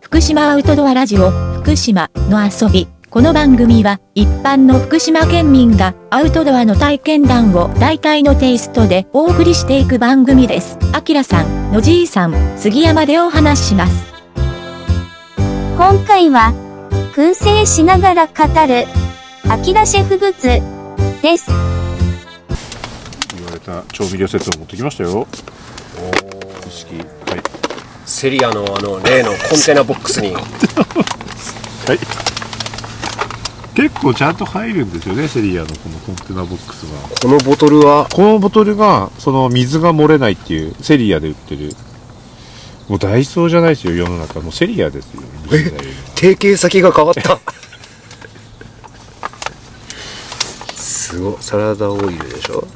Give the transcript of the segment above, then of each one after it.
福島アウトドアラジオ福島の遊びこの番組は一般の福島県民がアウトドアの体験談を大体のテイストでお送りしていく番組ですあきらさんのじいさん杉山でお話しします今回は、燻製しながら語る、アキラシェフグッズ、です。言われた調味料セットを持ってきましたよ一式はいセリアのあの例のコンテナボックスにはい結構ちゃんと入るんですよねセリアのこのコンテナボックスはこのボトルはこのボトルがその水が漏れないっていうセリアで売ってるもうダイソーじゃないですよ世の中もうセリアですよ20代より提携先が変わったすごいサラダオイルでしょこ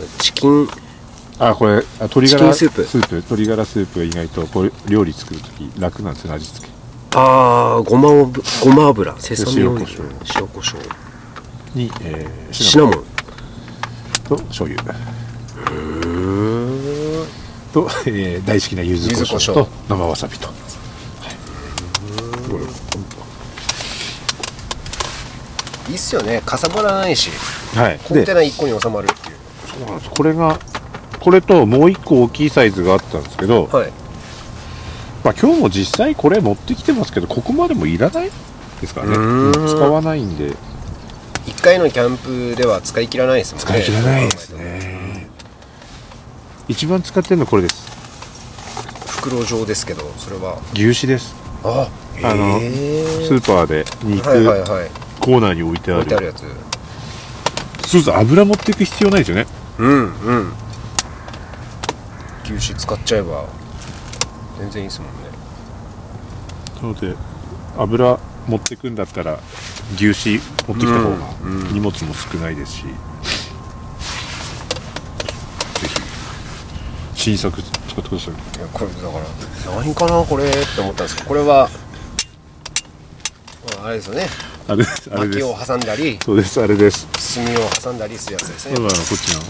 れチキンあこれあ鶏チガキランスープスープ鶏ガラスープは意外とこれ料理作るとき楽なんですよ味付けあーごまおぶごま油セサミオイル塩コショウ塩コショウに、えー、シナモンと醤油と、えー、大好きな柚子胡柚子胡椒椒と生わさびと、はい、これいいっすよねかさばらないしはいコンでテナ1個に収まるっていうそうなんですこれがこれともう一個大きいサイズがあったんですけど、はいまあ、今日も実際これ持ってきてますけどここまでもいらないですからねううんーん使わないんで1回のキャンプでは使い切らないですもんねね一番使ってるのこれです袋状ですけどそれは牛脂ですああのスーパーで肉はいはいはいコーナーに置いてあ置いてるあるやつそうそう油持っていく必要ないですよねうんうん牛脂使っちゃえば全然いいですもんねなので油持ってくんだったら牛脂持ってきた方がうんうん荷物も少ないですし、ぜひ新作使ってくださいいやこれだから何かなこれって思ったんですけどこれはまああれですよねあれですあれで薪すを挟んだりそうですあれです炭を挟んだりするやつですだからねこっちの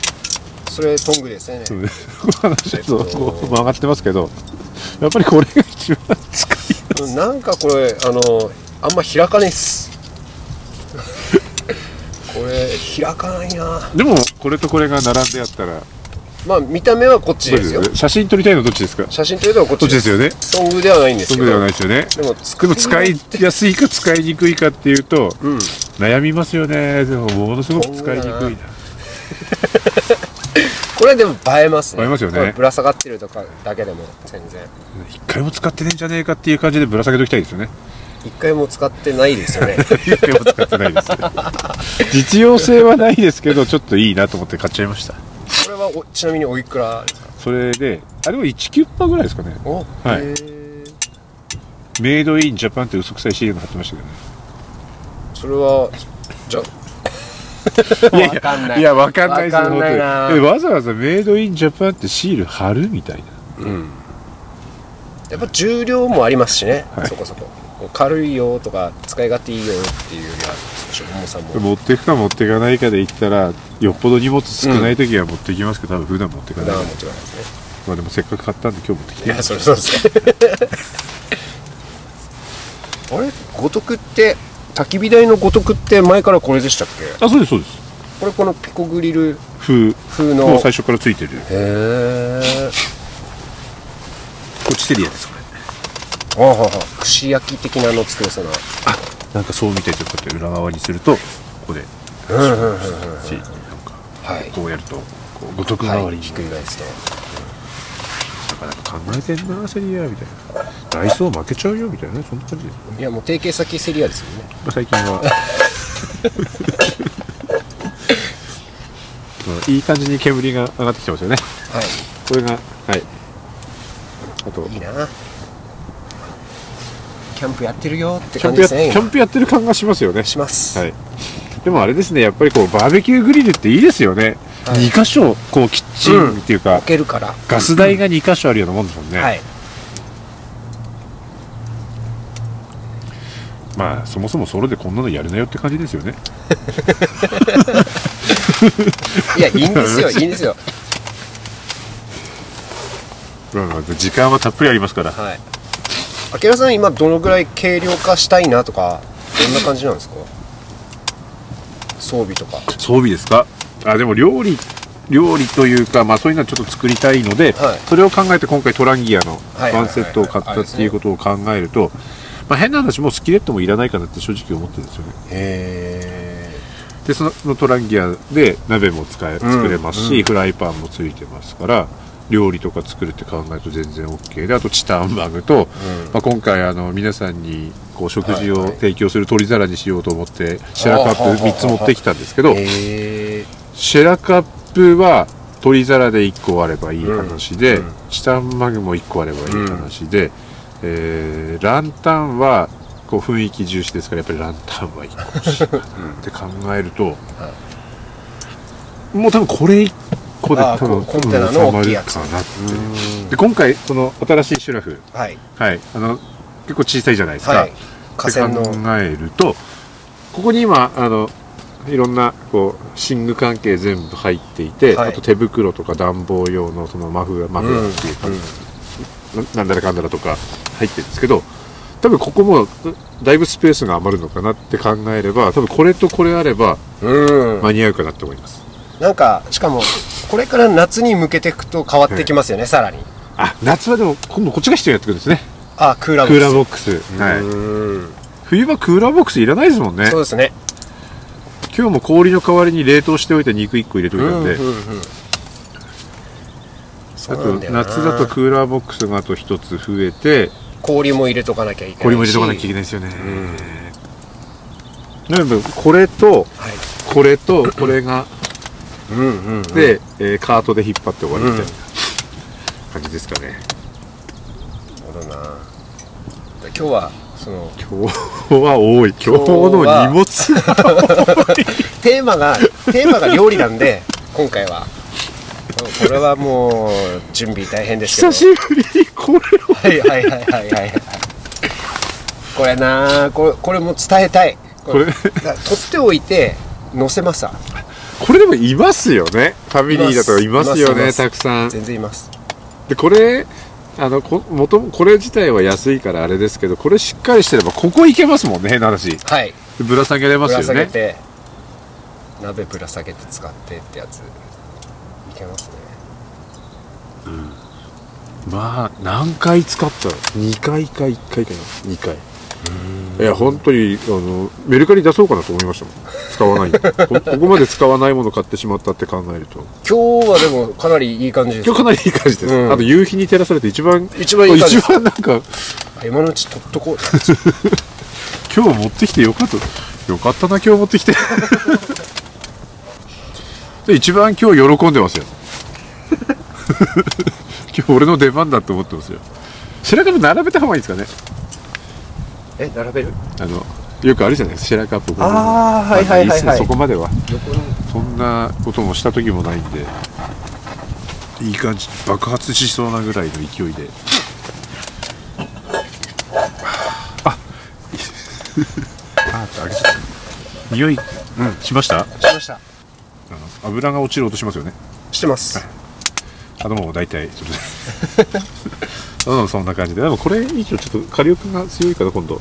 それトングですねそうですこの話ちょっとこう曲がってますけどやっぱりこれが一番近いうんなんかこれあのあんま開かない っすこれ開かないなでもこれとこれが並んでやったらまあ見た目はこっちですよどっちです写真撮りたいのどっちですか写真というのはこっどっちちですよねトングではないんですそけうどではないですよねでもでも使いやすいか使いにくいかっていうと、うん悩みますよねでもものすごく使いにくいなそうだなこれでも映えますね映えますよねこれぶら下がってるとかだけでも全然一回も使ってねえんじゃねえかっていう感じでぶら下げときたいですよね一回も使ってないで すよね一回も使ってない です実用性はないですけどちょっといいなと思って買っちゃいましたこれはおちなみにおいくらですかそれであれは1キュッパーぐらいですかねおはいへーメイドインジャパンって嘘くさいシールが貼ってましたけどねそれはじゃいやいわかんなやいいやわかんないですわかんない本な当にえわざわざメイドインジャパンってシール貼るみたいなやっぱ重量もありますしね、はいそこそこ軽いよとか使い勝手いいよっていうよりは少し重さも持っていくか持っていかないかで言ったらよっぽど荷物少ない時は持っていきますけど、多分普段持っていか普ないか段はら持ちないですねまあでもせっかく買ったんで今日持ってきいてやそれそうですね あれ五徳って焚き火台の五徳って前からこれでしたっけあそうですそうですこれこのピコグリル風風のもう最初からついてるへえこっちセリアですこれあはは串焼き的なの作れそうななんかそう見てちょっとこうやって裏側にするとここでうんうんうんしなんかはいこうやるとこう五徳代わはりいにひっくり返すとなかなか考えてんなセリアみたいなダイソー負けちゃうよみたいなねそんな感じです、まいやもう提携先セリアですよねあ、最近は うんいい感じに煙が上がってきてますよねはいこれがはいあといいなキャンプやってるよってキャ感ンじプやですねキャンプやってる感がしますよね今します、はい、でもあれですねやっぱりこうバーベキューグリルっていいですよね、はい2箇所こうキッチンっていうか、置けるからガス台が2箇所あるようなもんですもんね、はいまあそもそもソロでこんなのやるなよって感じですよねいやいい んですよいいんですよまあまあ時間はたっぷりありますからはいあきらさん今どのぐらい軽量化したいなとかどんな感じなんですか装備とか装備ですかあでも料理料理というか、まあ、そういうのはちょっと作りたいので、はいそれを考えて今回トランギアのはいはいはいワンセットを買ったっていうことを考えると、まあ、変な話もうスキレットもいらないかなって正直思ってるんですよねへでそのそのトランギアで鍋も使えん作れますし、うんフライパンもついてますから料理とか作るって考えると全然 OK であとチタンバグと、うんまあ、今回あの皆さんにこう食事はいをはい提供する取り皿にしようと思ってシェラカあはッはプ3つ持ってきたんですけど、えシェラカップは鶏皿で1個あればいい話で、うんうんチタンマグも1個あればいい話で、えーランタンはこう雰囲気重視ですからやっぱりランタンは1個欲しい かなって考えると、もう多分これ1個であー多分こうコンテナの大きいやつ収まるかなっていうで今回その新しいシュラフ、はいはい、あの結構小さいじゃないですか、はい河川のって考えるとここに今あのいろんなこう寝具関係全部入っていて、はいあと手袋とか暖房用のそのマフマうフん、うラんーっていうか、ななんだらかんだらとか入ってるんですけど多分ここもうだいぶスペースが余るのかなって考えれば多分これとこれあればうん間に合うかなと思います、なんかしかもこれから夏に向けていくと変わってきますよね、さらにあ夏はでも今度こっちが必要になってくるんですねあクーラークボッークラースボックス、はい、うん冬はクーラーボックスいらないですもんねそうですね今日も氷の代わりに冷凍しておいて肉1個入れておいたんで、うんうんうんそあうなとんだよな夏だとクーラーボックスがあと一つ増えて氷も入れとかなきゃいけないし氷も入れとかなきゃいけないですよね、なのでこれとはいこれとこれがうんうんうんで、えーカートで引っ張って終わりみたいな感じですかねなるほどなで今日はその今日は多い今日の荷物テーマが テーマが料理なんで今回はここれはもう準備大変ですけど久しぶりにこれをはいはいはいはいはいはいこれなあこれこれも伝えたいここれだ取っておいて載せますわこれでもいますよねファミリーだといますよいねますたくさん全然いますでこれあのこ元々これ自体は安いからあれですけどこれしっかりしてればここいけますもんね変な話はいぶら下げれまぶすら下よげねて鍋ぶら下げて使ってってやついけますねまあ何回使ったら2回か1回かな2回いや本当にあのメルカリ出そうかなと思いましたもん使わない こここまで使わないもの買ってしまったって考えると今日はでもかなりいい感じです今日かなりいい感じです、うんあと夕日に照らされて一番一番いい感じです一番なんかあ今のうち取っ とこう今日持ってきてよかったよかったな今日持ってきて で一番今日喜んでますよ 今日俺の出番だと思ってますよ白壁並べた方がいいですかねえ並べるあのよくあるじゃないですか白カップこういうのあーはいはいはまあいいいはいっすねそこまでは横にそんなこともした時もないんでいい感じ爆発しそうなぐらいの勢いでああーって開けちゃった匂い、うん、しましたあしましたの油が落ちる音しますよねしてますあのもう大体ちょっ とうんそんな感じででもこれ以上ちょっと火力が強いから今度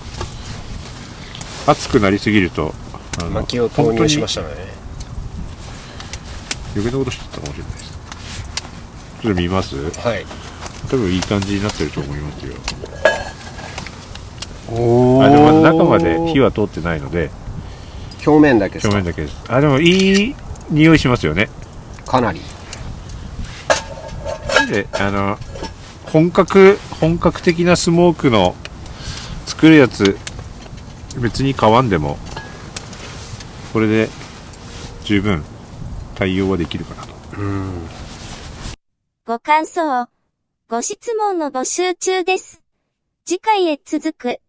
熱くなりすぎるとあの薪を投入しましたね余計なことしてたかもしれないですちょっと見ますはい多分いい感じになってると思いますよあでもまだ中まで火は通ってないので表面だけです表面だかけですあでもいい匂いしますよねかなりであの本格本格的なスモークの作るやつ別に買わんでもこれで十分対応はできるかなとうんご感想、ご質問の募集中です。次回へ続く。